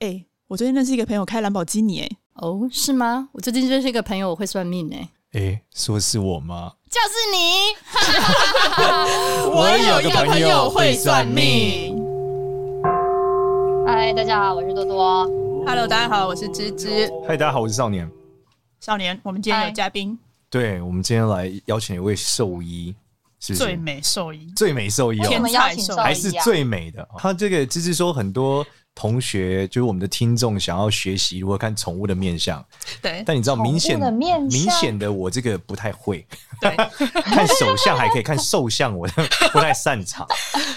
哎、我最近认识一个朋友开兰博基尼、哎，哦，是吗？我最近认识一个朋友，我会算命哎、诶，说是我吗？就是你。我有个朋友会算命。嗨，大家好，我是多多。 Hello，大家好，我是芝芝嗨，大家好，我是少年。少年。我们今天有嗨嘉宾，对，我们今天来邀请一位兽医，是不是最美兽医，最美兽医天我哦，们邀请才兽还医是啊，最美的。他这个芝芝说，很多同学就是我们的听众想要学习如何看宠物的面相，对但你知道宠物明显的面明相显的我这个不太会， 对，看手相还可以，看兽相我不太擅长。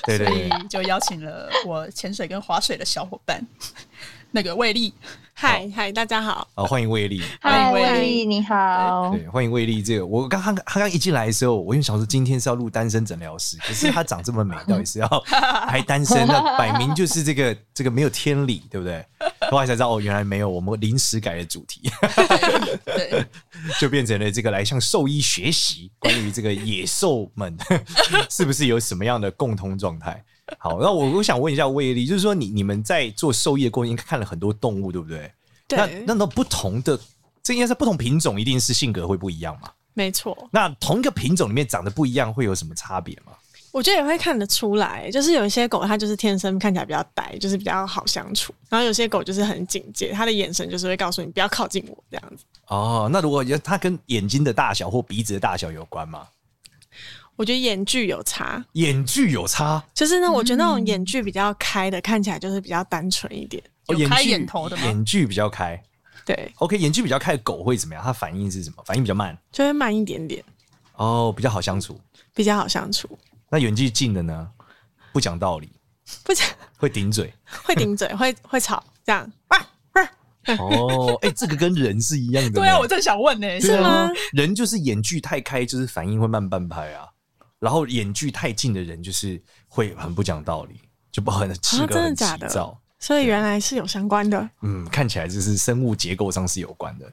对对所对，以就邀请了我潜水跟划水的小伙伴， 那个魏丽，嗨嗨，大家好。好，欢迎魏丽。欢嗨，迎魏魏丽，你好。对，欢迎魏丽。这个我刚刚他刚一进来的时候，我就想说今天是要录单身诊疗室，可是她长这么美，到底是要还单身？那摆明就是这个这个没有天理，对不对？后来才知道哦，原来没有，我们临时改了主题，对，就变成了这个来向兽医学习关于这个野兽们是不是有什么样的共同状态。好，那我我想问一下魏丽，就是说你你们在做兽医的过程，应该看了很多动物，对不对？那对，那那不同的，这应该是不同品种，一定是性格会不一样嘛？没错，那同一个品种里面长得不一样，会有什么差别吗？我觉得也会看得出来，就是有一些狗它就是天生看起来比较呆，就是比较好相处，然后有些狗就是很警戒，它的眼神就是会告诉你不要靠近我这样子。哦，那如果要它跟眼睛的大小或鼻子的大小有关吗？我觉得眼距有差，眼距有差，就是呢，我觉得那种眼距比较开的，看起来就是比较单纯一点。哦、有开距眼头的吗眼距比较开。对， OK，眼距比较开的狗会怎么样？它反应是什么？反应比较慢，就会慢一点点，哦，比较好相处。比较好相处，那眼距近的呢？不讲道理，不讲会顶嘴。会顶嘴， 会会吵，这样哇哇，哦，哎、这个跟人是一样的呢。对啊，我正想问呢、对是啊吗？人就是眼距太开，就是反应会慢半拍啊。然后眼距太近的人，就是会很不讲道理，就不很啊性格真的很急假的躁。所以原来是有相关的。嗯，看起来就是生物结构上是有关的。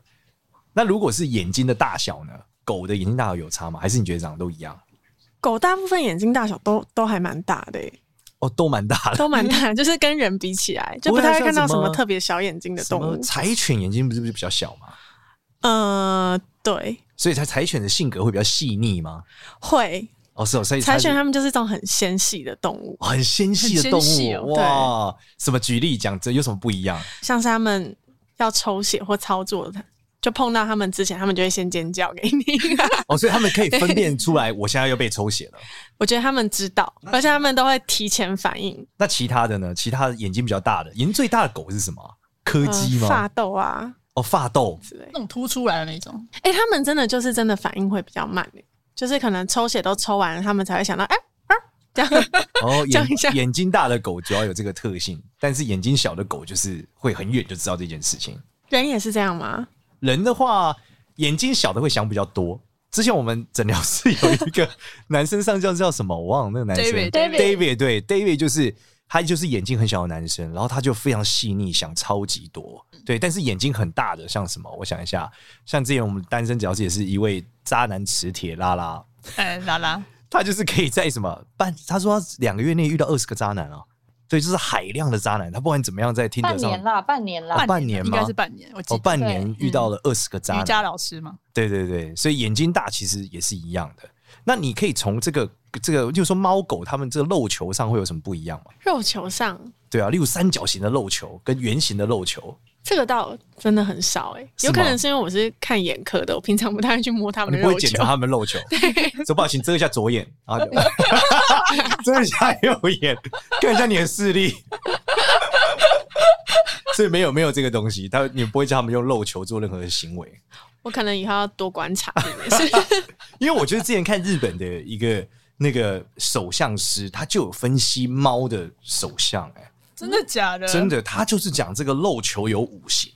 那如果是眼睛的大小呢？狗的眼睛大小有差吗？还是你觉得长得都一样？狗大部分眼睛大小都都还蛮大的、欸，哦，都蛮大的。都蛮大， 就是跟人比起来，就不不会啊太会像看到什什么么特别小眼睛的什动么物。柴犬眼睛不是不是比较小吗？呃，对，所以才柴犬的性格会比较细腻吗？会哦，是哦，所以柴犬它们就是这种很纤细的动物，很纤细的动很纤细哦物、哇！什么举例讲，这有什么不一样？像是它们要抽血或操作的，就碰到它们之前，它们就会先尖叫给你。 哦，所以他们可以分辨出来，我现在又被抽血了。我觉得它们知道，嗯而且它们都会提前反应。那其他的呢？其他的眼睛比较大的，眼睛最大的狗是什么啊？柯基呃吗？发豆啊哦，发豆。之类的那。种凸出来的那种，哎、它们真的就是真的反应会比较慢、欸，就是可能抽血都抽完了，它们才会想到，哎、啊 这样。哦，眼讲一下眼睛大的狗主要有这个特性，但是眼睛小的狗就是会很远就知道这件事情。人也是这样吗？人的话，眼睛小的会想比较多。之前我们诊疗室有一 个男生上教叫什么，我忘了那个男生 David， David David 对 David 就是他就是眼睛很小的男生，然后他就非常细腻，想超级多。对，但是眼睛很大的像什么？我想一下，像之前我们单身教室也是一位渣男磁铁拉拉，哎、拉拉，他就是可以在什么半，他说他两个月内遇到二十个渣男啊，对，就是海量的渣男，他不管怎么样在听半得年上。啦，半年啦哦。半年应吗该是半年，我记哦，得。半年对嗯遇到了二十个渣瑜男，伽老师嘛，对对对，所以眼睛大其实也是一样的。那你可以从这个这个，就是说猫狗它们这个肉球上会有什么不一样吗？肉球上对啊，例如三角形的肉球跟圆形的肉球，这个倒真的很少哎、是吗哦有可能是因为我是看眼科的，我平常不太会去摸他们你的不会肉检球查。它们肉 球。手把请遮一下左眼啊， 遮一下右眼，看一下你的视力。所以没有没有这个东西，他你不会叫他们用肉球做任何的行为。我可能以后要多观察这件事。 因为我觉得之前看日本的一个那个手相师，他就有分析猫的手相、哎、真的假啊的？真的，他就是讲这个肉球有五行，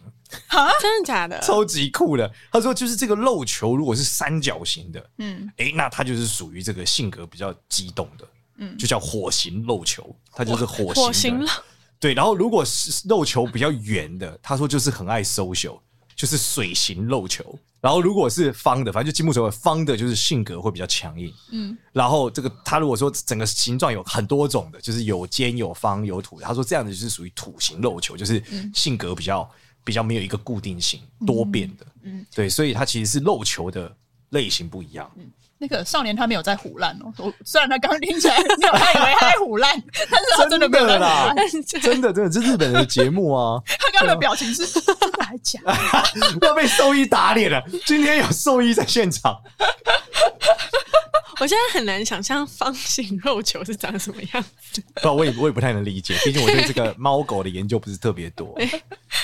真的 假的？超级酷的。他说，就是这个肉球如果是三角形的，嗯，哎、那他就是属于这个性格比较激动的，嗯就叫火型肉球，他就是火型的 火星了，对，然后如果是肉球比较圆的，他说就是很爱 social，就就是水型肉球，然后如果是方的，反正就金木水火方的，就是性格会比较强硬。嗯，然后这个他如果说整个形状有很多种的，就是有尖有方有土，他说这样的就是属于土型肉球，就是性格比较比较没有一个固定性，多变的。嗯，对，所以它其实是肉球的类型不一样。那个少年他没有在胡乱哦，我虽然他刚刚听起来你有他以为他在胡乱，但是他真的没有在真的胡乱 啦。，真的真的，这日本人的节目啊， 他刚刚的表情是真的还假的？要被兽医打脸了。今天有兽医在现场，我现在很难想象方形肉球是长什么样。不，我也我也不太能理解，毕竟我对这个猫狗的研究不是特别 多。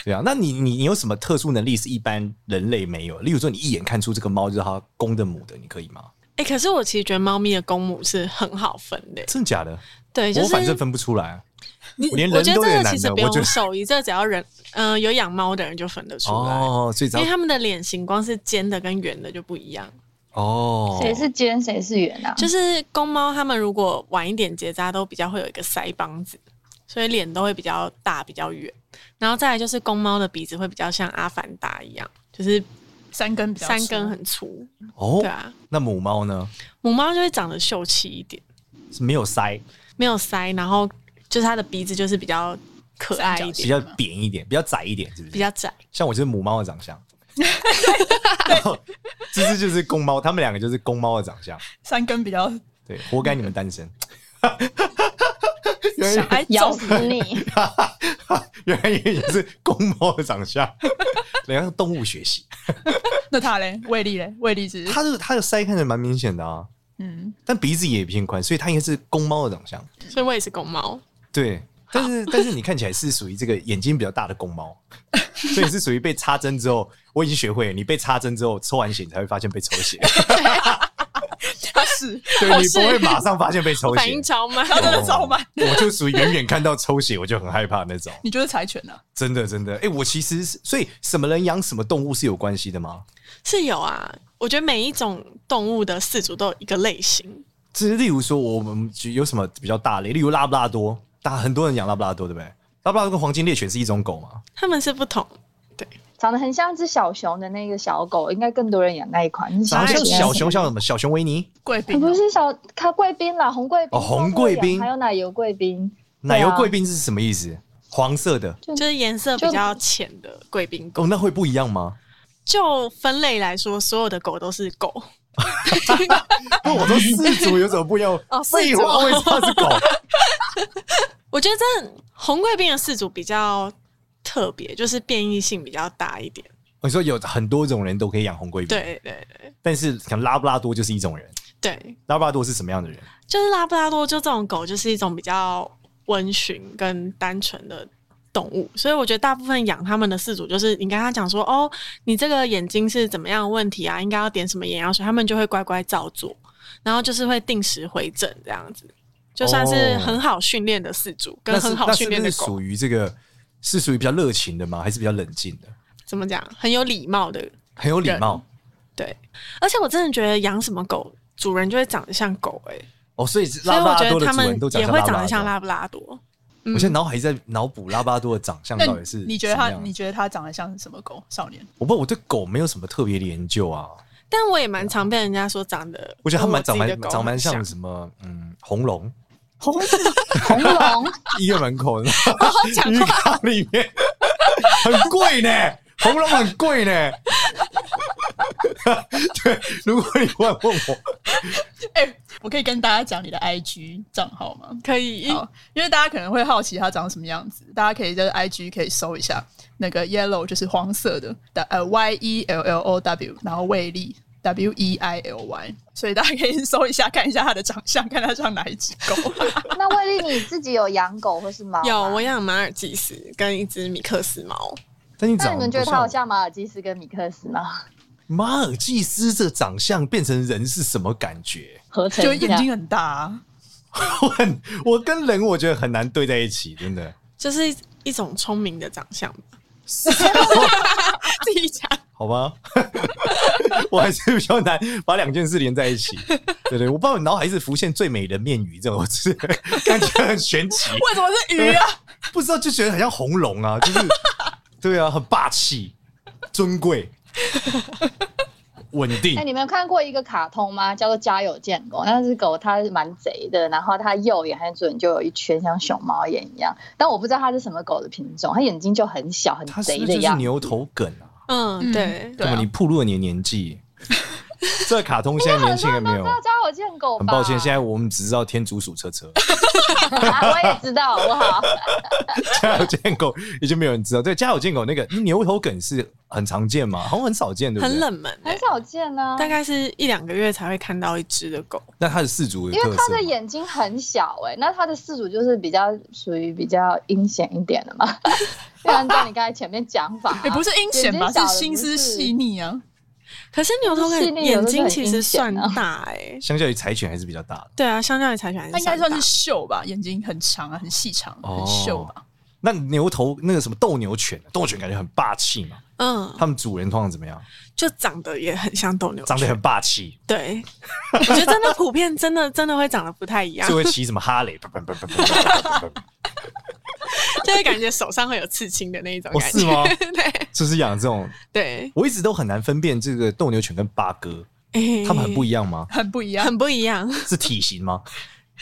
对啊，那你你你有什么特殊能力是一般人类没有？例如说，你一眼看出这个猫就是它公的母的，你可以吗？ 哎、可是我其实觉得猫咪的公母是很好分的，真的假的？对，就我是反正分不出来。你连我人觉得都有这个难其实的不我觉得用手艺，这个只要人，嗯、有养猫的人就分得出来，哦，所以只因为要他们的脸型光是尖的跟圆的就不一样。哦，谁是尖谁是圆啊？就是公猫它们如果晚一点结扎，都比较会有一个腮帮子，所以脸都会比较大、比较圆。然后再来就是公猫的鼻子会比较像阿凡达一样，就是三根比较粗三根很粗，哦对？啊。那母猫呢？母猫就会长得秀气一点，是没有腮，没有腮，然后就是它的鼻子就是比较可爱三一角比点，较扁一点，比较窄一点，是不是？比较窄。像我就是母猫的长相，然后 芝芝就是公猫，他们两个就是公猫的长相。三根 比较对，活该你们单身。 原想来哎咬揍死你！ 原来也是公猫的长相，人家是动物学习。那他嘞，魏丽嘞，魏丽是它的它的腮看着蛮明显的啊，嗯，但鼻子也偏宽，所以它应该是公猫的长相。所以我也是公猫，对，但是 但是你看起来是属于这个眼睛比较大的 公猫，所以是属于被插针之后，我已经学会了，你被插针之后抽完血你才会发现被抽 血，他是对你不会马上发现被抽反血哦应。超慢。 他真的超慢，我就属于远远看到抽血我就很害怕那种，你就是柴犬啊？真的真的。哎、我其实是所以什么人养什么动物是有关系的吗？是有啊，我觉得每一种动物的饲主都有一个类型，就是例如说，我们举有什么比较大类，例如拉布拉多，大很多人养拉布拉多，对不对？拉布拉多跟黄金猎犬是一种狗嘛？它们是不同。长得很像只小熊的那个小狗，应该更多人养那一款。你啊然后想像想小熊，像什么小熊维尼、贵它宾不哦是小它贵宾啦，红贵哦宾、红贵宾豆豆羊还有奶油贵宾。奶啊油贵宾宾是什么意思？黄色的就是颜色比较浅的贵宾狗。哦，那会不一样吗？就分类来说，所有的狗都是狗，那我说四足有什么不一样？ 哦废话，为什么是 狗？我觉得这红贵宾的饲主比较特别，就是变异性比较大一点。我说有很多种人都可以养红贵宾，，对对对但是可能拉布拉多就是一种人。对，拉布拉多是什么样的人？就是拉布拉多，就这种狗就是一种比较温驯跟单纯的。动物，所以我觉得大部分养它们的饲主就是你跟他讲说，哦，你这个眼睛是怎么样的问题啊？应该要点什么眼药水，他们就会乖乖照做，然后就是会定时回诊这样子，就算是哦很好训练的饲主，跟那是很好那是训练不的是狗。属于这个是属于比较热情的吗？还是比较冷静的？怎么讲，很有礼貌的。很有礼貌对，而且我真的觉得养什么狗，主人就会长得像狗哎、哦，所以所以拉布我拉觉多的得他主们人都长也得像拉布会长拉得像多。拉布拉多。嗯我现在脑海在脑补拉巴拉多的长相那到底是你觉得什么他？样啊你觉得他长得像什么狗？少年我不，我对狗没有什么特别的研究啊。但我也蛮常被人家说长得，我觉得它蛮跟长我自己的蛮狗长蛮很像什么嗯红龙，红红龙，医院门口 鱼像缸里面很贵呢，红龙很贵呢。对，如果你突然问我，哎、我可以跟大家讲你的 IG 账号吗？可以好，因为大家可能会好奇它长什么样子，大家可以在 IG 可以搜一下，那个 yellow 就是黄色的，的呃 Y E L L O W，然后魏丽 W E I L Y，所以大家可以搜一下看一下它的长相，看它像哪一只狗。 那魏丽你自己有养狗或是猫吗？有我养马尔济斯跟一只米克斯猫，但你那长你得们觉得不它好像马尔济斯跟米克斯吗？马尔济斯这长相变成人是什么感觉？合成就一下眼睛很大、啊，我很我跟人我觉得很难对在一起，真的。就是一种聪明的长相吧。自己讲，好吧， 我还是比较难把两件事连在一 起。对对，我不知道你脑海是浮现最美人面鱼这种 字，感觉很玄奇，为什么 是鱼啊？ 不知道就觉得很像红龙啊，就是对啊，很霸气。尊贵、稳定哎、。你们有看过一个卡通吗？叫做《家有贱狗》，那只狗它蛮贼的，然后它右眼和左眼就有一圈像熊猫眼一样，但我不知道它是什么狗的品种，它眼睛就很小很它是贼不的是就是样 子。牛头梗啊？嗯，对，对那啊么你暴露了你的年纪。这卡通现在年轻人没 很多人有都，知道家有贱狗吧？很抱歉，现在我们只知道天竺鼠车车，啊 我也知道，好 不好？家有贱狗已经没有人知道。对，家有贱狗那个牛头梗是很常见吗？好像很少见，对不对？很。冷门、欸很，少见啊，大概是一两个月才会看到一只的狗。那它的氏族有因为特它色的吗，眼睛很小哎、那它的四组就是比较属于比较阴险一点的嘛， 就按照你刚才前面讲法、啊 哎也不是阴险吧，眼睛是小的心思细腻啊。可是牛头梗细腻有眼的是睛很其实阴险算啊大哎、欸，相较于柴犬还是比较大的。对啊，相较于柴犬还是它应该大算是秀吧，眼睛很长啊，很细长，哦很秀吧。那牛头那个什么斗牛犬，斗牛犬感觉很霸气嘛，嗯，他们主人通常怎么样？就长得也很像斗牛犬，长得很霸气， 对，我觉得真的普遍真的真的会长得不太一样就，会骑什么哈雷， 砰砰砰砰砰砰砰砰就会感觉手上会有刺青的那一种哦感觉，是吗 对就是养这种。对，我一直都很难分辨这个斗牛犬跟八哥， 欸它们很不一样吗？很不一样， 很不一 样，是体型 吗？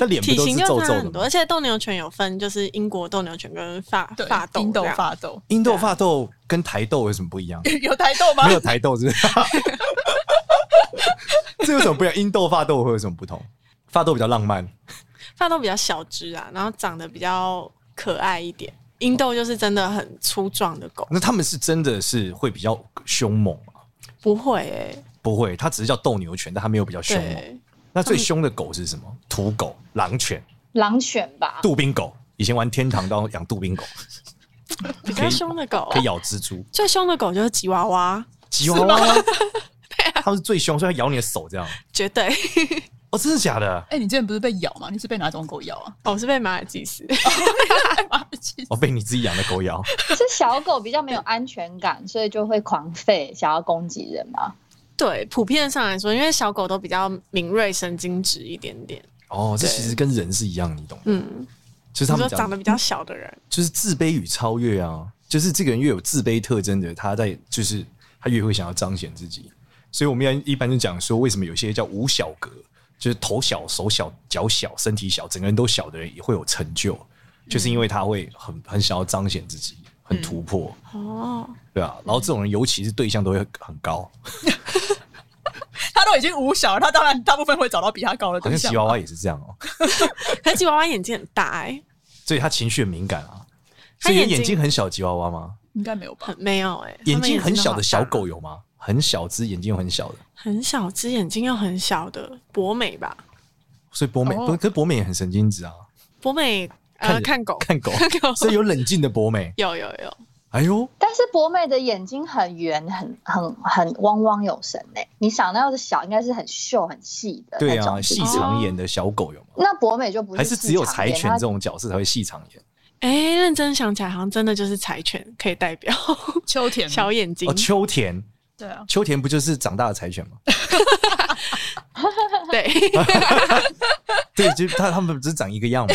那脸不体都是型就皱皱差的很多，吗而？且斗牛犬有分，就是英国斗牛犬跟法对，法斗冰这豆样，发豆印度发豆跟台豆有什么不一样？ 有台豆吗没？有台豆是不 是？这有什么不一样？印度发豆会有什么不同？发豆比较浪漫，法斗比较小只啊，然后长得比较可爱一点。英斗就是真的很粗壮的狗，那他们是真的是会比较凶猛吗？不会诶、不会，它只是叫斗牛犬，但它没有比较凶哦猛。对，那最凶的狗是什么？土狗、狼犬、狼犬吧？杜宾狗。以前玩天堂都要养杜宾狗，比可较以凶的狗可，以咬蜘蛛、最凶的狗哦就是吉娃娃，吉娃 娃。啊它们是最凶，所以它咬你的手这样。绝对。 哦，真的假的？哎、你之前不是被咬吗？你是被哪种狗咬 啊？ 哦我是被马尔 济斯，哦，被你自己养的狗咬。是小狗比较没有安全感，所以就会狂吠，想要攻击人嘛。对，普遍上来说，因为小狗都比较敏锐、神经质一点点。哦，这其实跟人是一样，你懂？嗯，就是你他说们长得比较小的人，就是自卑与超越啊，就是这个人越有自卑特征的，他在就是他越会想要彰显自己。所以我们要一般就讲说，为什么有些叫无小格，就是头小、手小、脚小、身体小，整个人都小的人也会有成就，就是因为他会很很想要彰显自己，很突破，哦，对啊。然后这种人尤其是对象都会很很高，他都已经五小了，他当然大部分会找到比他高的好对像象吉。娃娃也是这样哦、可是吉娃娃眼睛很大哎、所以他情绪很敏感啊。他所以你的眼睛眼睛很小，吉娃娃吗？应该没有吧？很没有哎、欸，眼它们睛很都小的好小大，狗有吗？很小只，眼睛又很小的，很小只，眼睛又很小的博美吧，所以博美，哦不，可是博美也很神经质啊，博美呃看看狗看狗，看狗所以有冷静的博美。有有有，哎呦，但是博美的眼睛很圆，很很很汪汪有神诶、你想到的小应该是很秀很细的对那啊，种，是细不是长眼的小狗有吗？那博美就不还是是细只有长柴眼犬它这种角色才会细长眼？哎、认真想起来，好像真的就是柴犬可以代表秋嗯田 小眼睛哦，，秋田，对啊，秋田不就是长大的柴犬吗？ 对，对，就它它们只是长一个样吗？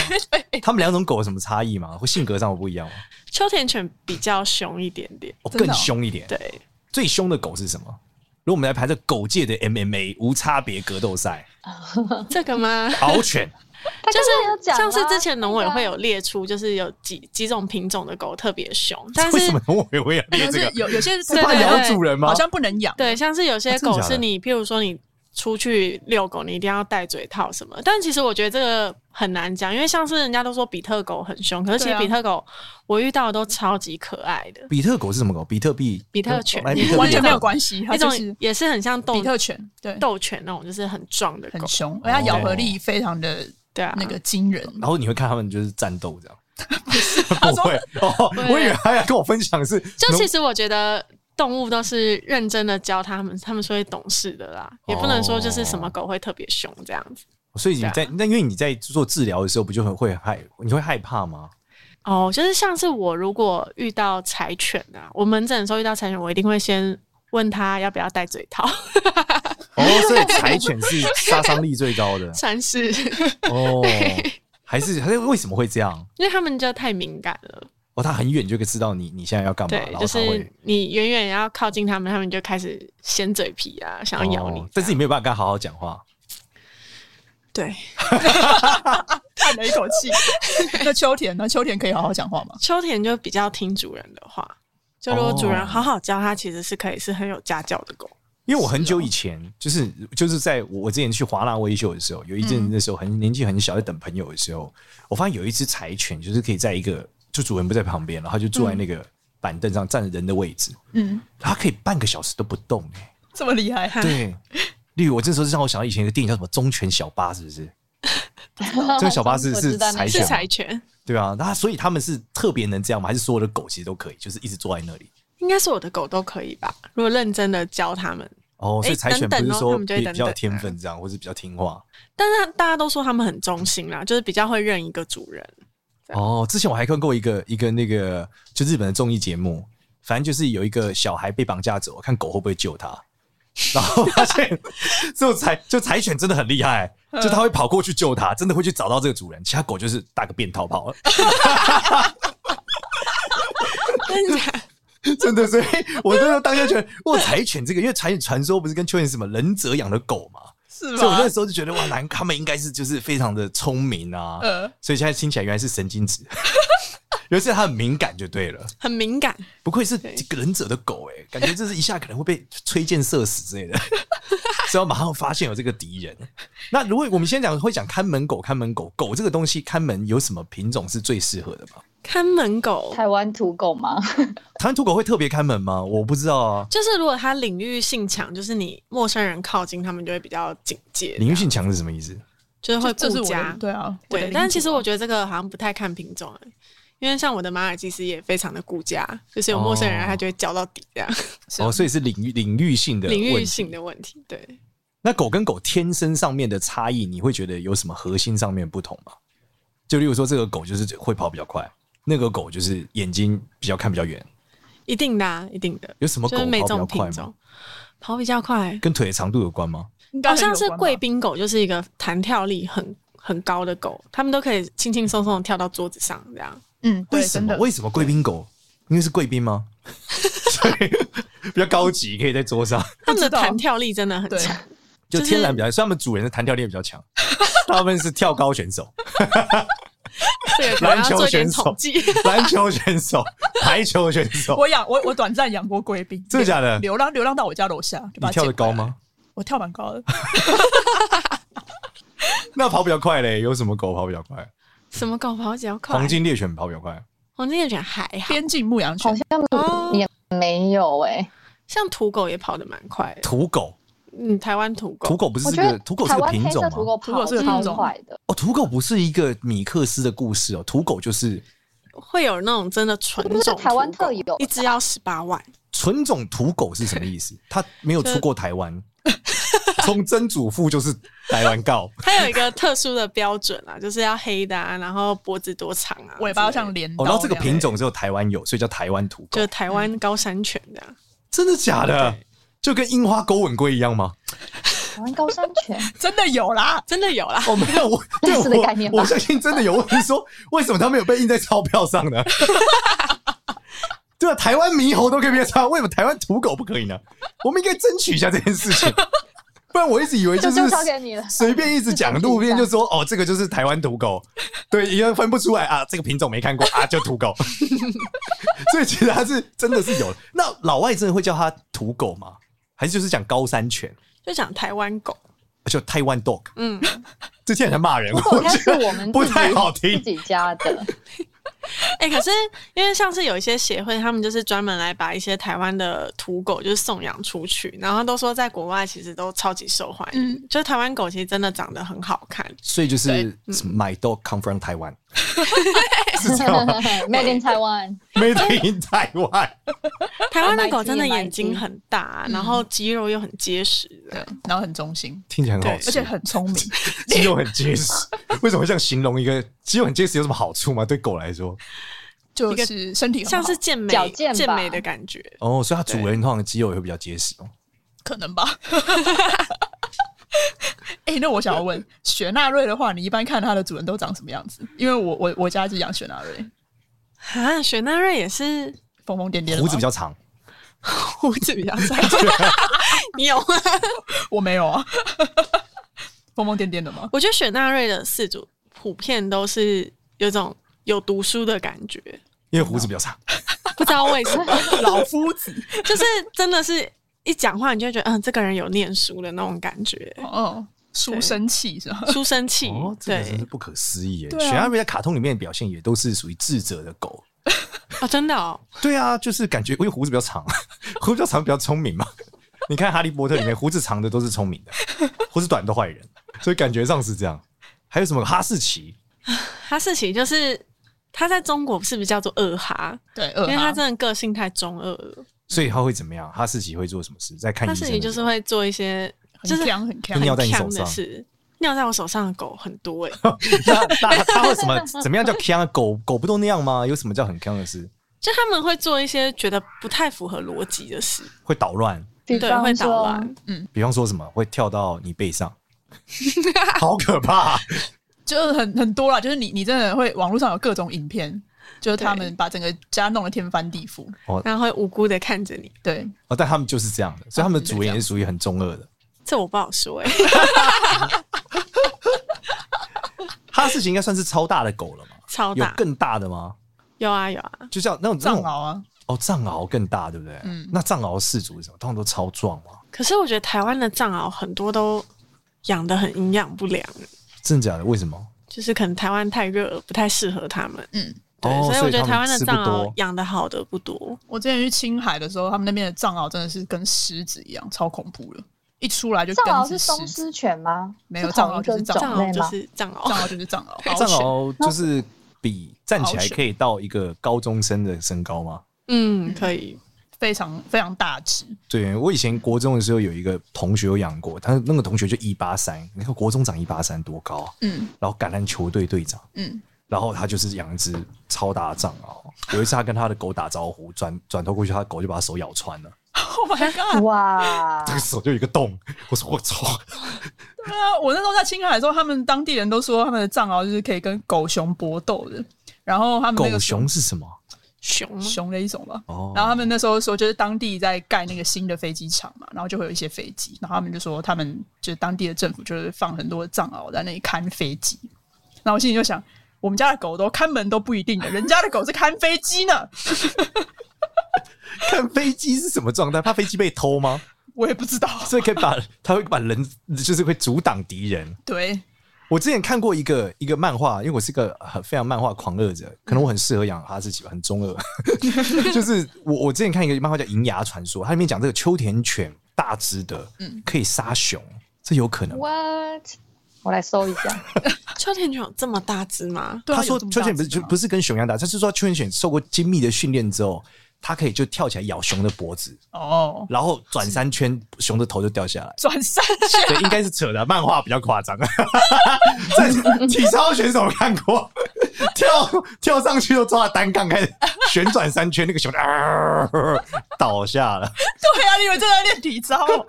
它们两种狗有什么差异吗？或性格上有不一样吗？秋田犬比较凶一点点，哦，真的哦更凶一点。对，最凶的狗是什么？如果我们来排这狗界的 MMA 无差别格斗赛，这个吗？獒犬。它就刚才有是哦讲啊像是啦之前农委会那个有列出，就是有几几种品种的狗特别凶，但为什么是农委会要列但这是个？有有些是对怕对咬对主人吗？好像不能养，对，像是有些啊真的狗假的是你，譬如说你出去遛狗，你一定要戴嘴套什么。但其实我觉得这个很难讲，因为像是人家都说比特狗很凶，可是其对实啊比特狗我遇到的都超级可爱的，比特狗是什么狗？比特币、哦比特犬来比特币完全没有关系。它一种就是也是很像斗比特犬，对，斗犬那种，就是很壮的狗很，哦凶，而且它咬合力非常的对啊，那个惊 人。然后你会看他们就是战斗这样。 他不说会哦，对我以为他要跟我分享是，就农其实我觉得动物都是认真的教他们，他们是会懂事的啦，也不能说就是哦什么狗会特别凶这样子。所以你在那因为你在做治疗的时候，不就很会害，你会害怕吗？哦，就是像是我如果遇到柴犬啊，我门诊的时候遇到柴犬，我一定会先问他要不要戴嘴套，哦，所以柴犬是杀伤力最高的 算是，因哦，还是还是为什么会这样？为他们就太敏感了。哦，它很远就可以知道你你现在要干啊嘛，对然，后就它会是你远远要靠近他们，他们就开始掀嘴皮啊，想要咬你这哦样。但是你没有办法跟它好好讲话。对叹了一口气。 那秋田呢？秋田可以好好讲话吗？秋田就比较听主人的话，就如果主哦人好好教它，其实是可以是很有家教的狗。因为我很久以前，就是就是在我之前去华纳维修的时候，有一阵子那时候很年纪很小，在等朋友的时候，我发现有一只柴犬，就是可以在一个就主人不在旁边，然后它就坐在那个板凳上站着人的位置，嗯，它可以半个小时都不动、欸。这么厉害，对，例如我这时候让我想到以前一个电影叫什么《忠犬小八》，是不是？啊这个小巴是我知道那是柴个犬是柴犬，对啊，那所以他们是特别能这样吗？还是所有的狗其实都可以，就是一直坐在那里？应该所有的狗都可以吧？如果认真的教它们，哦，所以哎柴犬不等是等哦说他们比就会比较有等等天分这样，或是比较听话。但是大家都说它们很忠心啦，就是比较会认一个主人。 对哦，之前我还看过一个一个那个就日本的综艺节目，反正就是有一个小孩被绑架走，看狗会不会 救他。然后发现这种柴就柴犬真的很厉害，嗯就它会跑过去救他，真的会去找到这个主人。其他狗就是打个便逃跑了， 真的假的真的。所以我那时候当下觉得，哇，柴犬这个，因为柴犬传说不是跟秋田什么忍者养的狗嘛，是所以我吗那？时候就觉得哇，难，他们应该是就是非常的聪明啊。呃，所以现在听起来原来是神经质， 原来是它很敏感就对了。很敏感，不愧是对这个忍者的狗哎、感觉这是一下可能会被吹箭射死之类的， 所以要马上发现有这个敌人。那如果我们先讲会讲看门狗，看门狗狗这个东西，看门有什么品种是最适合的吗？看门狗。台湾土狗吗？台湾土狗会特别看门吗？我不知道啊。就是如果它领域性强，就是你陌生人靠近，它们就会比较警戒。领域性强是什么意思？就是会这是顾我家的，，对啊，我的对，领但土其实我觉得这个好像不太看品种、欸，因为像我的马尔济斯也非常的顾家，就是有陌生人哦他就会叫到底这样，是哦，所以是领域领域性的啊领域问性题。的问题。对，那狗跟狗天生上面的差异，你会觉得有什么核心上面的不同吗？就例如说，这个狗就是会跑比较快，那个狗就是眼睛比较看比较远，一定的、啊，一定的，有什么狗就是每跑比较种快品吗种？跑比较快，跟腿的长度有关吗？应该好很有像是关吧贵宾狗，就是一个弹跳力很很高的狗，它们都可以轻轻松松地跳到桌子上这样。嗯，为对，什真么？的，为什么贵宾狗？因为是贵宾吗？所以比较高级，可以在桌上，它们知的道弹跳力真的很对强，就就是天然比较，所以他们主人的弹跳力也比较强。大部分是跳高选手、这个可能篮要球做一点选手统计。 篮球选手、排球选手。我养我我短暂养过贵宾，真的假的流浪流浪到我家楼下，就你把它跳得捡回来高？吗？我跳蛮高的，那跑比较快嘞？有什么狗跑比较快？什么狗跑比较快？黄金猎犬跑比较快。黄金猎犬还好，边境牧羊好犬像。也没有哎、像土狗也跑得蛮快的。土狗，嗯，台湾土狗土狗不是我这觉得个土狗是台个湾品黑种吗？色土狗土狗跑是个品超种快的，哦，土狗不是一个米克斯的故事哦，土狗就是会有那种真的纯这种是台湾土狗特有的一只要十八万，纯种土狗是什么意思？它没有出过台湾，从曾祖父就是台湾告。它有一个特殊的标准啊，就是要黑的啊，然后脖子多长啊，尾巴之类的像镰刀那哦，然样，后这个品种只有台湾有，所以叫台湾土狗就。台湾高山犬这样，真的假的？就跟樱花狗吻龟一样吗？台湾高山犬。真的有啦，真的有啦。 哦，没有，我对类似的概念我吧我相信真的有。我是说，为什么它没有被印在钞票上呢？ 对啊，台湾猕猴都可以变钞，为什么台湾土狗不可以呢？我们应该争取一下这件事情，不然我一直以为就是就交给你了随便一直讲，就争取一下路边就说哦，这个就是台湾土狗，对，因为分不出来啊，这个品种没看过啊，就土狗。 所以其实它是真的是有的。那老外真的会叫它土狗吗？还是就是讲高山犬，就讲台湾狗，就 Taiwan dog？嗯，这竟然在骂人，土我狗应该觉是我得们不自己太好自听。己家的，哎、可是因为像是有一些协会，他们就是专门来把一些台湾的土狗就是送养出去，然后都说在国外其实都超级受欢迎，嗯就是台湾狗其实真的长得很好 看，所以就是对 My dog come from Taiwan，是这样吗？ made in Taiwan。没听台湾，台湾的买狗鸡真的买眼睛鸡很大，然后肌肉又很结实的。对，然后很忠心，听起来很好对吃，而且很聪 明，肌肉很结实。为什么会这样形容一个肌肉很结实有什么好处吗？对狗来说，就一个是身体很好像是健美矫健吧健美的感觉。哦，所以它主人通常肌肉也会比较结实哦。可能吧。 哎、那我想要问雪纳瑞的话，你一般看它的主人都长什么样子？因为我我我家是养雪纳瑞，啊，雪纳瑞也是疯疯癫癫的吗，胡子比较长，胡子比较长， 你有吗？我没有啊， 疯疯癫癫的吗？我觉得雪纳瑞的四组普遍都是有种有读书的感觉，因为胡子比较长。不知道 为什么，老夫子，就是真的是一讲话你就会觉得，嗯，这个人有念书的那种感觉，哦，书生气是吧？书生气，哦，这个真是对不可思议耶！对啊雪纳瑞在卡通里面的表现也都是属于智者的狗。哦，真的哦，对啊，就是感觉因为胡子比较长， 胡子比较长比较聪明嘛。你看《哈利波特》里面胡子长的都是聪明的，胡子短的坏人，所以感觉上是这样。还有什么哈士奇？哈士奇就是。他在中国是不是叫做二哈？对，因因为他真的个性太中二了。所以他会怎么样？哈士奇会做什么事？在看哈医生士的奇就时是候会做一些就很是强很强尿很在你手呛的上事，尿在我手上的狗很 多哎、那那他会什么？怎么样叫 c 狗狗不都那样吗？有什么叫很 c 的事？就他们会做一些觉得不太符合逻辑的事，会捣乱，比对，会方捣说，乱。比方说什么会跳到你背上，好可怕！就是很很多啦，就是你你真的会网络上有各种影片，就是他对们把整个家弄得天翻地覆，然后会无辜的看着你，对，哦，但他们就是这样的，所以他们的主演也是属于很中二的。这我不好说哎、 哈士奇应该算是超大的狗了嘛？超有大更大的吗？有啊有啊，就像那种藏那种獒啊，哦，藏獒更大，对不对？嗯，那藏獒氏族是什么？通常都超壮嘛，可是我觉得台湾的藏獒很多都养的很营养不良，真的假的？为什么？就是可能台湾太热了，不太适合它们。嗯，对，哦所以我觉得他们台湾的吃不藏獒多养的好的不多，我之前去青海的时候，他们那边的藏獒真的是跟狮子一样，超恐怖的，一出来就藏跟獒着是狮松子，狮犬吗？没有是同藏獒一就是个藏藏种类獒就吗？是藏獒藏。獒就是藏獒，藏獒獒哦就是比站起獒来犬可以到一个高中生的身高吗？嗯，可以。非常非常大只，对我以前国中的时候有一个同学有养过，他那个同学就一八三，你看国中长一八三多高啊！嗯然后橄榄球队队长，嗯，然后他就是养一只超大的藏獒。有一次他跟他的狗打招呼，转转头过去，他的狗就把他手咬穿了， Oh my god！啊哇这，个手就有一个洞。我说我操，对啊，我那时候在青海的时候，他们当地人都说他们的藏獒就是可以跟狗熊搏斗的，然后他们那狗个时候熊是什么？熊吗熊的一种吧。哦，然后他们那时候说，就是当地在盖那个新的飞机场嘛，然后就会有一些飞机，然后他们就说，他们就是当地的政府就是放很多藏獒在那里看飞机。然后我心里就想，我们家的狗都看门都不一定的，人家的狗是看飞机呢， 看飞机是什么状态？怕飞机被 偷吗？我也不知道。所以可以把他会把人，就是会阻挡敌人。对，我之前看过一个一个漫画，因为我是个很非常漫画狂热者，可能我很适合养哈士奇吧，很中 二。就是我我之前看一个漫画叫《银牙传说》，它里面讲这个秋田犬大只的，嗯可以杀熊，这有可能吗？ ，what？我来搜一下，秋田犬有这么大只吗？对啊他说有这么 秋大田犬不只是就吗不是跟熊一样大，他是说秋田犬受过精密的训练之后，它可以就跳起来咬熊的脖子，哦，然后转三圈，熊的头就掉下来。转 三圈，对，应该是扯的，漫画比较夸张。 这体操选手看过，跳跳上去都抓单杠，开始旋转三圈，那个熊啊倒下了。对啊，你以为正在练体操哦？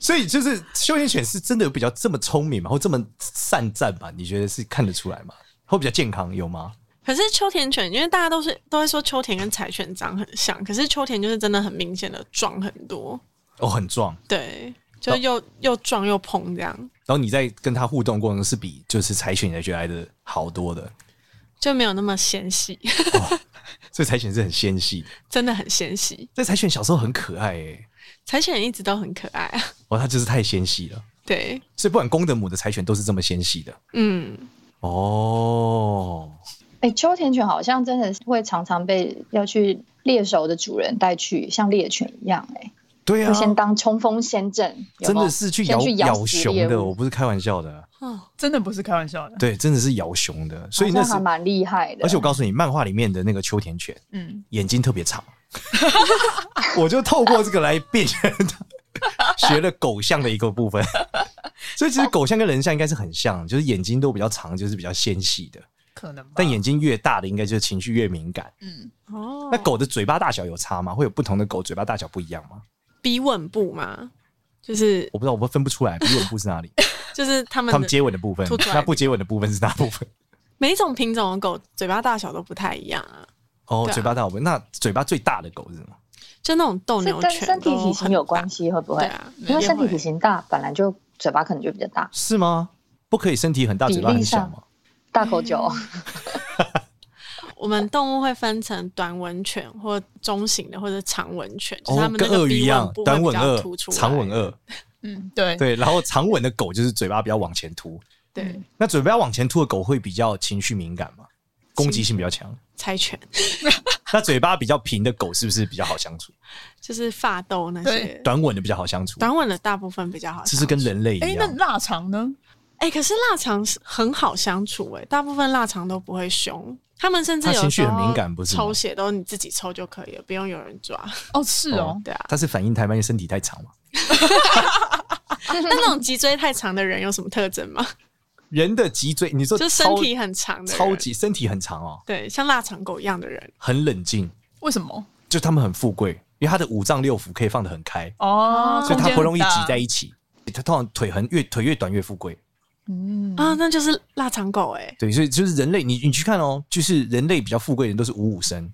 所以就是休闲犬是真的有比较这么聪明嘛，或这么善战嘛？你觉得是看得出来吗？或比较健康有吗？可是秋田犬，因为大家都是都会说秋田跟柴犬长很像，可是秋田就是真的很明显的壮很多，哦，很壮。对，哦就又、又壮又蓬这样，然后你在跟它互动过程中是比就是柴犬也觉得来的好多的，就没有那么纤细， 所以柴犬是很纤细的。真的很纤细。这柴犬小时候很可爱诶、柴犬一直都很可爱啊，哦，它就是太纤细了。对，所以不管公的母的柴犬都是这么纤细的。嗯，哦，哎、秋田犬好像真的是会常常被要去猎手的主人带去，像猎犬一样、哎、对啊会，先当冲锋陷阵，有真没有的是去先咬去咬死熊猎的，哦物我不是开玩笑的。哦，真的不是开玩笑的。对，真的是咬熊的，所以好那像是还。蛮厉害的。而且我告诉你，漫画里面的那个秋田犬嗯，眼睛特别长， 我就透过这个来辨认它，学了狗像的一个部分。 所以其实狗像跟人像应该是很像，就是眼睛都比较长，就是比较纤细的。可能吧。嗯但眼睛越大的，应该就是情绪越敏感。嗯，哦，那狗的嘴巴大小有差吗？会有不同的狗嘴巴大小不一样吗？鼻吻部吗？就是我不知道，我分不出来鼻吻部是哪里。 就是他们他的们接吻的部分吐出，来那不接吻的部分是哪部分？每一种品种的狗嘴巴大小都不太一样啊，哦，对啊嘴巴大我们那嘴巴最大的狗是什么？就那种斗是牛跟犬身体哦都体型很有大关，系，会不对会？啊，因为也身体会体型大，本来就嘴巴可能就比较大，是吗？不可以身体很大，比嘴巴很例小上吗？大口酒。我们动物会分成短吻犬或中型的，或者长吻犬，就是它哦，们那跟个鳄鱼一鼻样吻部，短会比吻较鳄突、出来，长吻鳄，嗯，对，对。然后长吻的狗就是嘴巴比较往前凸，对那嘴巴往前凸的狗会比较情绪敏感嘛，攻击性比较强。柴犬那嘴巴比较平的狗是不是比较好相处？就是发豆那些对短吻的比较好相处，短吻的大部分比较好相处，这是跟人类一哎、那样。腊肠呢？哎、可是腊肠是很好相处哎、大部分腊肠都不会凶，他们甚至它有时情绪很候敏感不是吗抽血都你自己抽就可以了，不用有人抓。 哦，是哦，对啊，它是反应太慢，因为身体太长嘛。那那种脊椎太长的人有什么特征吗？人的脊椎，你说就身超体很长的人超级身体很长哦，对，像腊肠狗一样的人，很冷静，为什么？就他们很富贵，因为他的五脏六腑可以放得很开，哦，所以他空间不容易很大挤在一起。欸他通常腿很越腿越短越富贵，嗯啊，那就是腊肠狗哎、对，所以就是人类，你你去看哦，就是人类比较富贵的人都是五五身，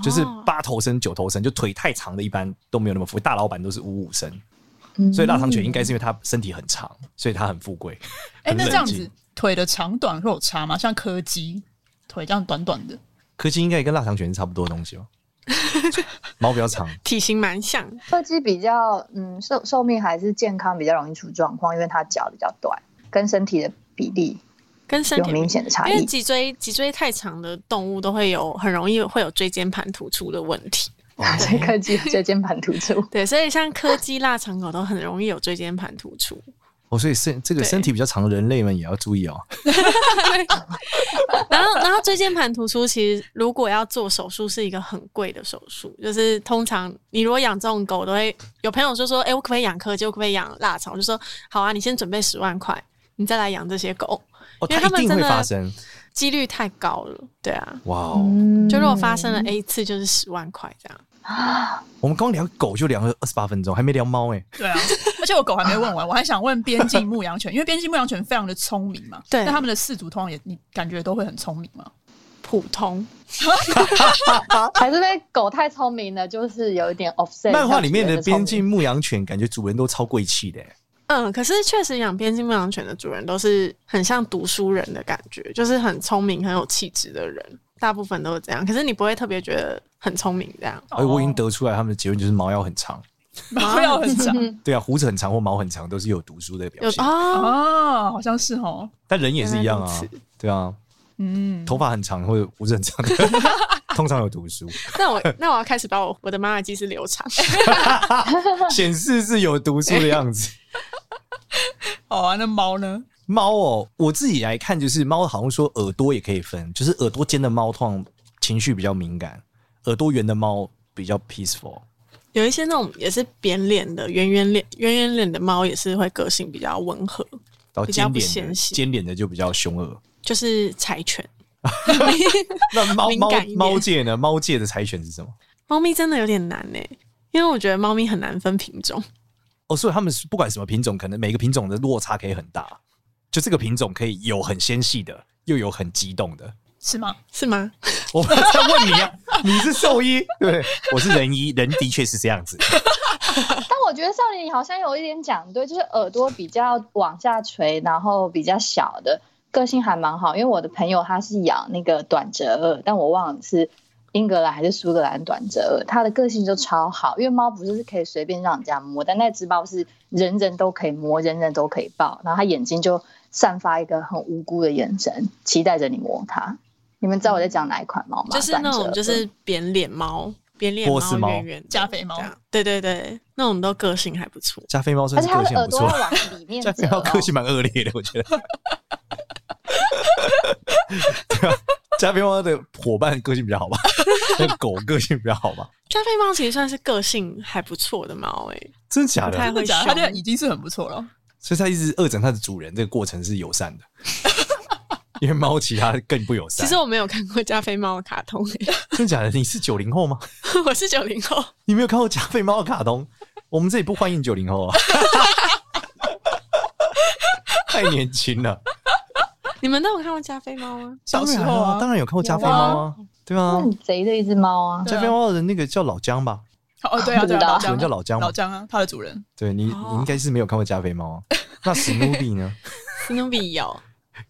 就是哦八头身、九头身，就腿太长的，一般都没有那么富贵。大老板都是五五身，嗯所以腊肠犬应该是因为它身体很长，所以它很富贵。 哎、很那冷这样静子腿的长短会有差吗？像柯基，腿这样短短的，柯基应该也跟腊肠犬是差不多的东西哦，毛比较长，体型蛮像，柯基比较嗯寿寿命还是健康比较容易出状况，因为它脚比较短，跟身体的比例跟身有体明显的差因为异。 脊椎脊椎太长的动物都会有很容易会有椎间盘突出的问题。所以柯基椎间盘突 出，对，所以像柯基、腊肠狗都很容易有椎间盘突出。哦，所以身这个对身体比较长的人类们也要注意哦。然后，然后椎间盘突出其实如果要做手术是一个很贵的手术，就是通常你如果养这种狗，都会有朋友就说：“哎、我可不可以养柯基？我可不可以养腊肠？”我就说：“好啊，你先准备十万块，你再来养这些狗，哦，因它为他一们定真会的发生，几率太高了。”对啊，哇哦！嗯，就如果发生了 A 次，就是十万块这样。我们刚聊狗就聊了二十八分钟，还没聊猫哎。对啊， 而且我狗还没问完，我还想问边境牧羊犬，因为边境牧羊犬非常的聪明嘛，对那他们的饲主通常也你感觉都会很聪明嘛，普通还是被狗太聪明了，就是有一点 offset。漫画里面的边境牧羊犬，感觉主人都超贵气的欸，嗯，可是确实养边境牧羊犬的主人都是很像读书人的感觉，就是很聪明、很有气质的人，大部分都是这样。可是你不会特别觉得很聪明这样，而哎我已经得出来他们的结论就是毛要很长。毛哦要很 嗯长对啊，胡子很长或毛很长都是有读书的表有现，哦，哦，好像是哦，但人也是一样啊原来如。对啊，嗯，头发很长或者胡子很 长的，通常有读书，那我那我要开始把我我的马尔济斯留长。显示是有读书的样子。好啊，那猫呢？猫哦，我自己来看，就是猫好像说耳朵也可以分，就是耳朵尖的猫通常情绪比较敏感，耳朵圆的猫比较 peaceful。 有一些那种也是扁脸的、圆圆脸、圆圆脸的猫，也是会个性比较温和，然后比较尖不脸的纤细尖脸的就比较凶恶。 就是柴犬。 那猫敏猫感一点猫界呢？猫界的柴犬是什么？猫咪真的有点难呢、因为我觉得猫咪很难分品种。哦，所以他们是不管什么品种，可能每个品种的落差可以很大。就这个品种可以有很纤细的，又有很激动的。 是吗？是吗？我们在问你 啊，你是兽医对不对？我是人医， 人的确是这样子。但我觉得少年你好像有一点讲对，就是耳朵比较往下垂，然后比较小的，个性还蛮好。因为我的朋友他是养那个短折耳，但我忘了是英格兰还是苏格兰短折耳，它的个性就超好。因为猫不是可以随便让人家摸，但那只猫是人人都可以摸，人人都可以抱，然后它眼睛就散发一个很无辜的眼神，期待着你摸它。你们知道我在讲哪一款猫吗？就是那短折种耳就是扁脸猫、扁脸波斯猫圆圆的加菲猫这样对对对，那种都个性还不错。加菲猫算而是且它个性的耳很不朵错要。往里 面加折、菲猫哦。个性蛮恶劣的，我觉得。 对啊，啊加菲猫的伙伴个性比较好吧？ 那狗个性比较好吧？加菲猫其实算是个性还不错的猫诶、欸真的假不太真的？的假的？会它这凶样已经是很不错了。所以它一直恶整它的主人，这个过程是友善 的。因为猫其他更不友其善。实我没有看过加菲猫的卡通、欸， 真的假的？你是九零后 吗？我是九零后，你没有看过加菲猫的卡 通？我们这里不欢迎九 零后啊，太年轻了。你们都有看过加菲猫吗？小时候当然啊当然有看过加菲猫啊，对啊那，很贼的一只猫啊！对加啊菲猫的那个叫老姜吧？哦，对啊，对啊，老主人姜叫啊老姜老吗？姜啊，它的主人。对你，哦你应该是没有看过加菲猫啊。那史努比 呢？史努比有，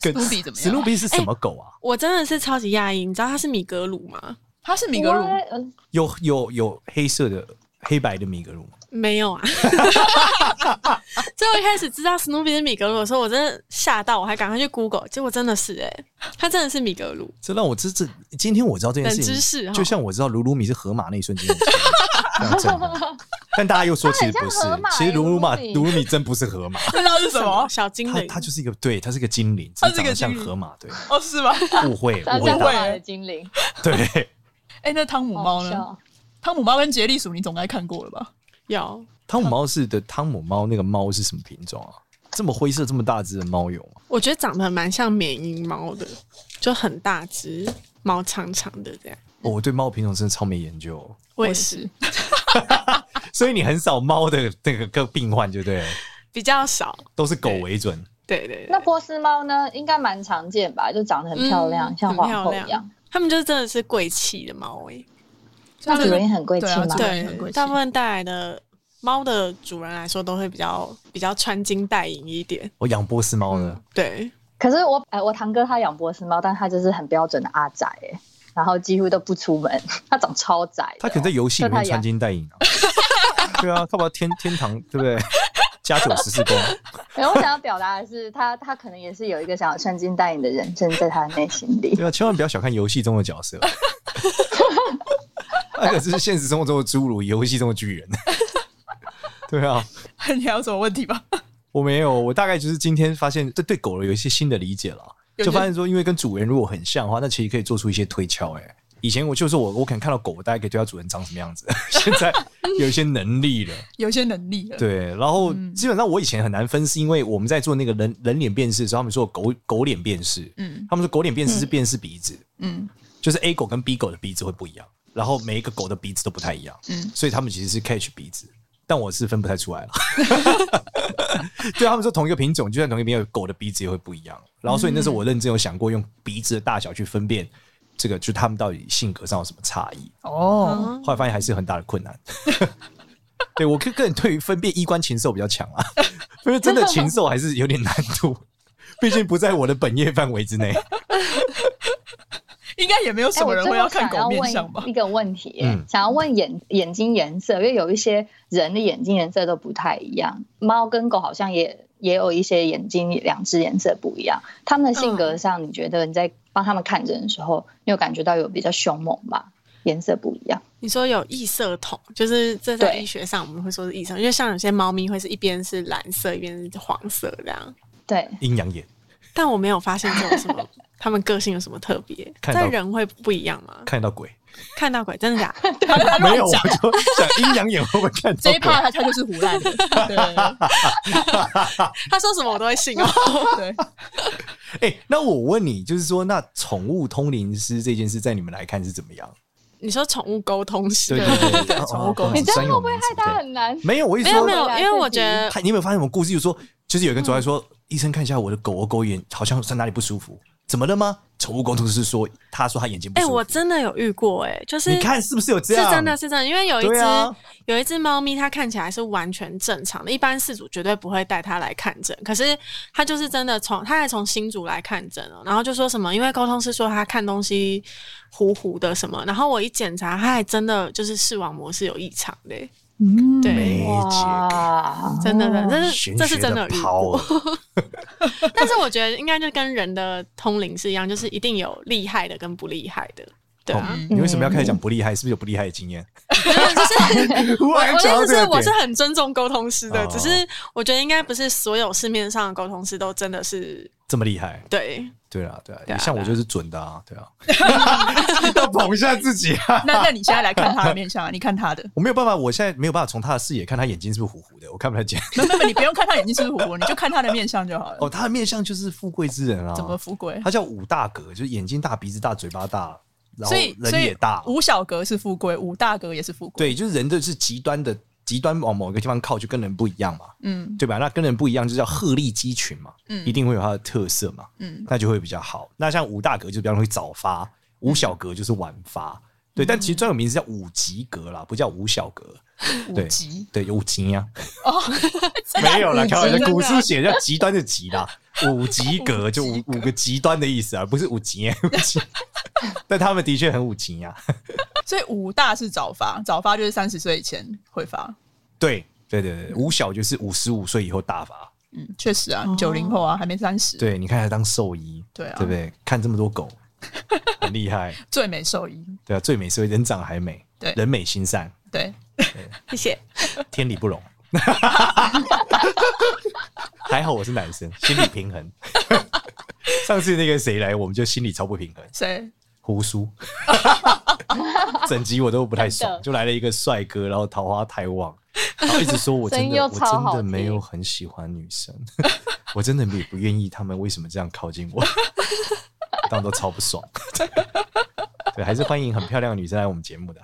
跟史努比怎么样史努比是什么狗啊？我真的是超级讶异，你知道它是米格鲁吗？它是米格鲁，我呃有有有黑色的黑白的米格鲁吗？没 有啊，所以我一开始知道史努比是米格鲁的时候，我真的吓到，我还赶快去 Google，结果真的是哎、它真的是米格鲁，这让我这这今天我知道这件事冷知识情，哈就像我知道鲁鲁米是河马那一瞬间，我觉得非常震撼。啊但大家又说其实不是它很像河，马其实鲁鲁马鲁鲁米鲁鲁米真不是河马，那它是什么？小精它灵，它就是一个对，它是个精灵，它只是是一个长得像精灵河马，对，哦，是吧？误会它误会叫不大会，马的精 灵，对。哎，那汤姆猫好呢？笑汤姆猫跟杰利鼠，你总该看过了吧？有汤姆猫是的，汤姆猫那个猫是什么品种啊？这么灰色、这么大只的猫有吗？我觉得长得蛮像缅因猫的，就很大只，毛长长的这样。哦我对猫品种真的超没研究哦、我也也是是，所以你很少猫的那个个病患，对不对了？比较少，都是狗为准。对对对那。波斯猫呢？应该蛮常见吧？就长得很漂亮，嗯像皇很后漂一亮样。他们就真的是贵气的猫欸诶、它那们主人也很贵气对啊吗？主人也很贵对，气大部分带来的猫的主人来说，都会比较比较穿金戴银一点。我哦养波斯猫呢，对，可是我哎、我堂哥他养波斯猫，但他就是很标准的阿宅哎、然后几乎都不出门， 他长超宅的哦。它可能在游戏里面穿金戴银啊。 对啊，干嘛天天堂对不对？加九十四宫，没有，我想要表达的是，他他可能也是有一个想要穿金戴银的人生在他的内心里。对啊，千万不要小看游戏中的角色， 那可是现实生活中的侏儒，游戏中的巨人。 对啊，你还有什么问题吗？ 我没有，我大概就是今天发现这对狗有一些新的理解了，有就发现说，因为跟主人如果很像的话，那其实可以做出一些推敲、欸。哎，以前我就是我，我可能看到狗，我大概可以推敲主人长什么样子。 现在有一些能力了，有一些能力了，对。然后嗯基本上我以前很难分，是因为我们在做那个人人脸辨识的时候，他们说狗狗脸辨识，嗯他们说狗脸辨识是辨识鼻子，嗯就是 A 狗跟 B 狗的鼻子会不一样，然后每一个狗的鼻子都不太一样，嗯所以他们其实是 catch 鼻子，但我是分不太出来 了。对他们说同一个品种，就算同一个品种，狗的鼻子也会不一样。然后所以那时候我认真有想过用鼻子的大小去分辨这个，就他们到底性格上有什么差异。哦，后来发现还是有很大的困难。 对我个个人对于分辨衣冠禽兽比较强 啊，因为真的禽兽还是有点难度，毕竟不在我的本业范围之 内。应该也没有什哎，么我人最会后看想狗要面相吧问一？个问题、耶嗯想要问眼眼睛颜色，因为有一些人的眼睛颜色都不太一样，猫跟狗好像也也有一些眼睛两只颜色不一样。它们的性格嗯上，你觉得你在帮它们看诊的时候，你有感觉到有比较凶猛吗？颜色不一样，你说有异色瞳，就是这在对医学上我们会说是异色，因为像有些猫咪会是一边是蓝色，一边是黄色这样。对，阴阳眼但我没有发现这种什么，它们个性有什么特别，看到但人会不一样吗？看得到鬼。看到鬼真的假的？没有，我就想阴阳眼会不会看这到一鬼？趴他他就是胡乱的， 对他说什么我都会信哦。对。哎、那我问你，就是说，那宠物通灵师这件事，在你们来看是怎么样？你说宠物沟通师对吗？对对，宠物沟通你这样专会有不会名害词它对很难？没有，我一没有说没，有，对啊因为我自己觉得他你有没有发现什么故事？就是说，就是有一个人走来说，医生看一下我的狗，我狗眼好像在哪里不舒服，怎么了吗？宠物沟通师说，他说他眼睛不哎、舒服。我真的有遇过哎、就是你看是不是有这是样？真的是真的，因为有一对只、啊有一只猫咪，它看起来是完全正常的，一般饲主绝对不会带它来看诊，可是它就是真的从它还从新竹来看诊哦了，然后就说什么，因为沟通师说它看东西糊糊的什么，然后我一检查，它还真的就是视网膜是有异常的、嗯对。没解，哇，真的，真的，这是哎玄这是学真的的有遇抛过，啊， 但是我觉得应该就跟人的通灵是一样，就是一定有厉害的跟不厉害的，对啊。哦你为什么要开始讲不厉害？是不是有不厉害的经验？ 忽我我然的讲到意思这是，个我是点很尊重沟通师的，哦只是我觉得应该不是所有市面上的沟通师都真的是这么厉害。对。对啊，对对啊，啊像我就是准的啊，对啊， 要捧一下自己啊。那那你现在来看他的面相啊？你看他的，我没有办法，我现在没有办法从他的视野看他眼睛是不是糊糊的，我看不太见。没有没有，你不用看他眼睛是不是糊糊，你就看他的面相就好了。哦，他的面相就是富贵之人啊，怎么富贵？他叫五大格，就是眼睛大、鼻子大、嘴巴大，然后所以人所以也大。五小格是富贵，五大格也是富贵。对，就是人都是极端的极端往某一个地方靠，就跟人不一样嘛，嗯对吧？那跟人不一样，就叫鹤立鸡群嘛，嗯一定会有它的特色嘛，嗯那就会比较好。那像五大格就比较容易早发，五小格就是晚发，对。但其实专有名字叫五级格啦，不叫五小 格。五对级对，有五级呀、 哦，没有啦，开玩真的笑，啊古书写叫极端的极 啦，五级格就五五个极端的意思啊，不是五级。 五 级但他们的确很五啊级呀、所以五大是早发，早发就是三十岁以前会发。对对对对，五小就是五十五岁以后大发。嗯，确实啊，九零后啊，还没三十，对，你看他当兽医，对啊对不对？看这么 多狗，很厉害。最美兽医，对啊，最美是人长还美，对人美 心善，对，谢谢。天理 不容。还好我是男生，心理平 衡。上次那个谁来，我们就心理超不平衡。谁？胡叔，整集我都不太真爽，的就来了一个帅哥，然后桃花太旺，然后一直说我真声音的又我超真好的听没有很喜欢女生， 我真的也不愿意他们为什么这样靠近我，当然都超不爽。对，还是欢迎很漂亮的女生来我们节目的。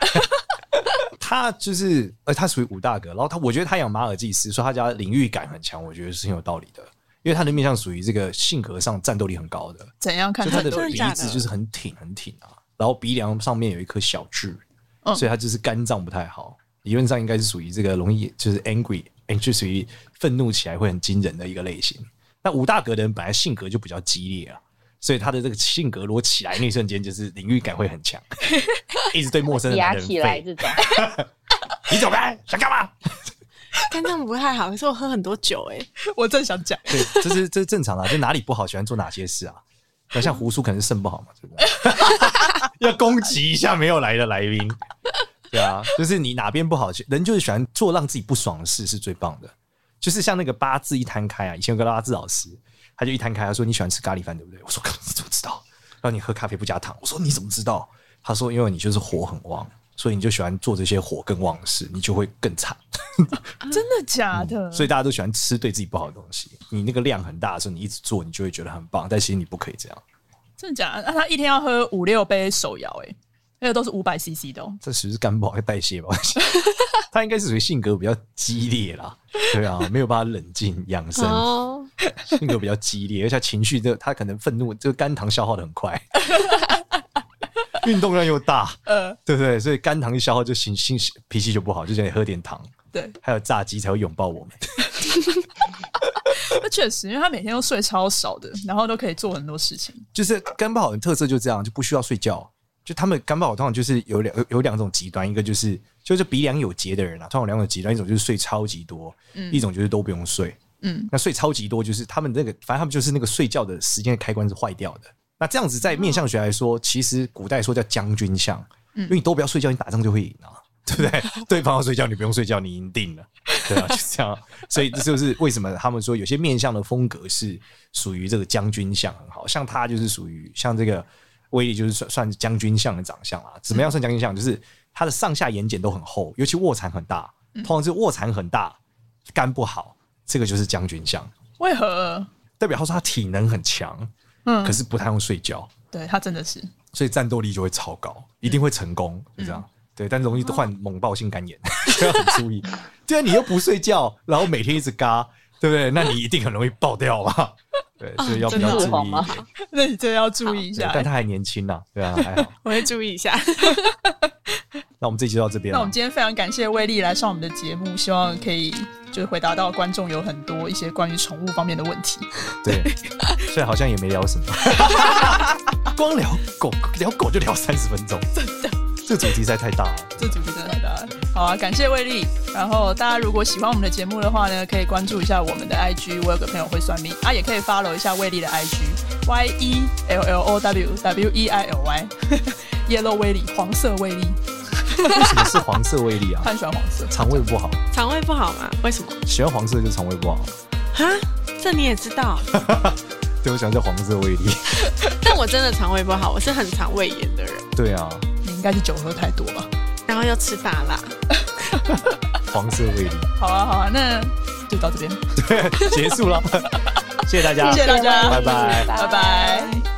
她就是，呃，她属于五大格，然后她，我觉得她养马尔济斯，说她家领域感很强，我觉得是很有道理的，因为她的面相属于这个性格上战斗力很高的，怎样看就他他的的真的鼻假子的就是很挺很挺啊，然后鼻梁上面有一颗小痣，嗯所以他就是肝脏不太好，理论上应该是属于这个容易就是 angry，就属于愤怒起来会很惊人的一个类型。那五大格的人本来性格就比较激烈啊，所以他的这个性格如果起来那一瞬间就是领域感会很强，一直对陌生的男压人起来吠，这种，你怎么办？想干嘛？但这样不太好，可是我喝很多酒哎、我正想讲，对，这是这是正常的啊，就哪里不好，喜欢做哪些事啊？那像胡叔可能是肾不好嘛，对不对？ 要攻击一下没有来的来宾，对啊，就是你哪边不好，人就是喜欢做让自己不爽的事是最棒的。就是像那个八字一摊开啊，以前有个八字老师，他就一摊开，他说你喜欢吃咖喱饭对不对？我说你怎么知道？让你喝咖啡不加糖，我说你怎么知道？他说因为你就是火很旺，所以你就喜欢做这些火更旺的事，你就会更惨。 真的假的？嗯所以大家都喜欢吃对自己不好的东西。你那个量很大的时候，你一直做，你就会觉得很棒，但其实你不可以这样，真的假的？那啊他一天要喝五六杯手摇，哎，那个都是五百 CC 的哦。这其实是肝不好，代谢吧。他应该是属于性格比较激烈啦，对啊，没有办法冷静养生，哦，性格比较激烈，而且情绪这他可能愤怒，这个肝糖消耗的很快，运动量又大，呃，对不对？所以肝糖一消耗就心心脾气就不好，就觉得喝点糖，对，还有炸鸡才会拥抱我们。那确实，因为他每天都睡超少的，然后都可以做很多事情。就是肝不好的特色就这样，就不需要睡觉。就他们肝不好，通常就是有两有有两种极端，一个就是就是鼻梁有结的人啊，通常有两种极端，一种就是睡超级多，一种就是都不用睡。嗯，那睡超级多就是他们那个，反正他们就是那个睡觉的时间的开关是坏掉的。那这样子在面相学来说，其实古代说叫将军相，因为你都不要睡觉，你打仗就会赢啊，对不对？对方要睡觉，你不用睡觉，你赢定了，对啊，就这样。所以这就是为什么他们说有些面相的风格是属于这个将军相很好，像他就是属于像这个威力就是算算是将军相的长相啊。怎么样算将军相？就是他的上下眼睑都很厚，尤其卧蚕很大，通常是卧蚕很大，肝不好，这个就是将军相，为何？代表他说他体能很强，嗯可，是不太用睡觉，对他真的是，所以战斗力就会超高，一定会成功，就这样。对，但容易患猛暴性肝炎， 所以要很注意。对啊，你又不睡觉，然后每天一直嘎，对不对？那你一定很容易爆掉嘛。对，所以要比较真注的意一点。 那你真的要注意一对下。但他还年轻呐、对啊，还好。我会注意一下。 那我们这集就到这边啊那我了们。今天非常感谢威力来上我们的节目，希望可以就是回答到观众有很多一些关于宠物方面的问题。对，虽然好像也没聊什么，光聊狗聊狗就聊三十分钟，真的，这主题实在太大了。这主题真的很大。好啊，感谢威力。然后大家如果喜欢我们的节目的话呢，可以关注一下我们的 IG，我有个朋友会算命啊，也可以 follow 一下威力的 IG Y E L L O W W E I L Y 耶 e 威力，黄色威力，为什么是黄色胃 力啊？他很喜欢黄色。肠胃不好，肠胃不好吗？为什么？喜欢黄色就肠胃不好。哈，这你也知 道？对，我喜欢叫黄色胃力。但我真的肠胃不好，我是很常胃炎的人，对啊，你应该是酒喝太多吧？然后又吃大辣。黄色胃力，好啊，好啊，那就到这边，结束了，谢谢大家， 谢谢大家，拜拜拜拜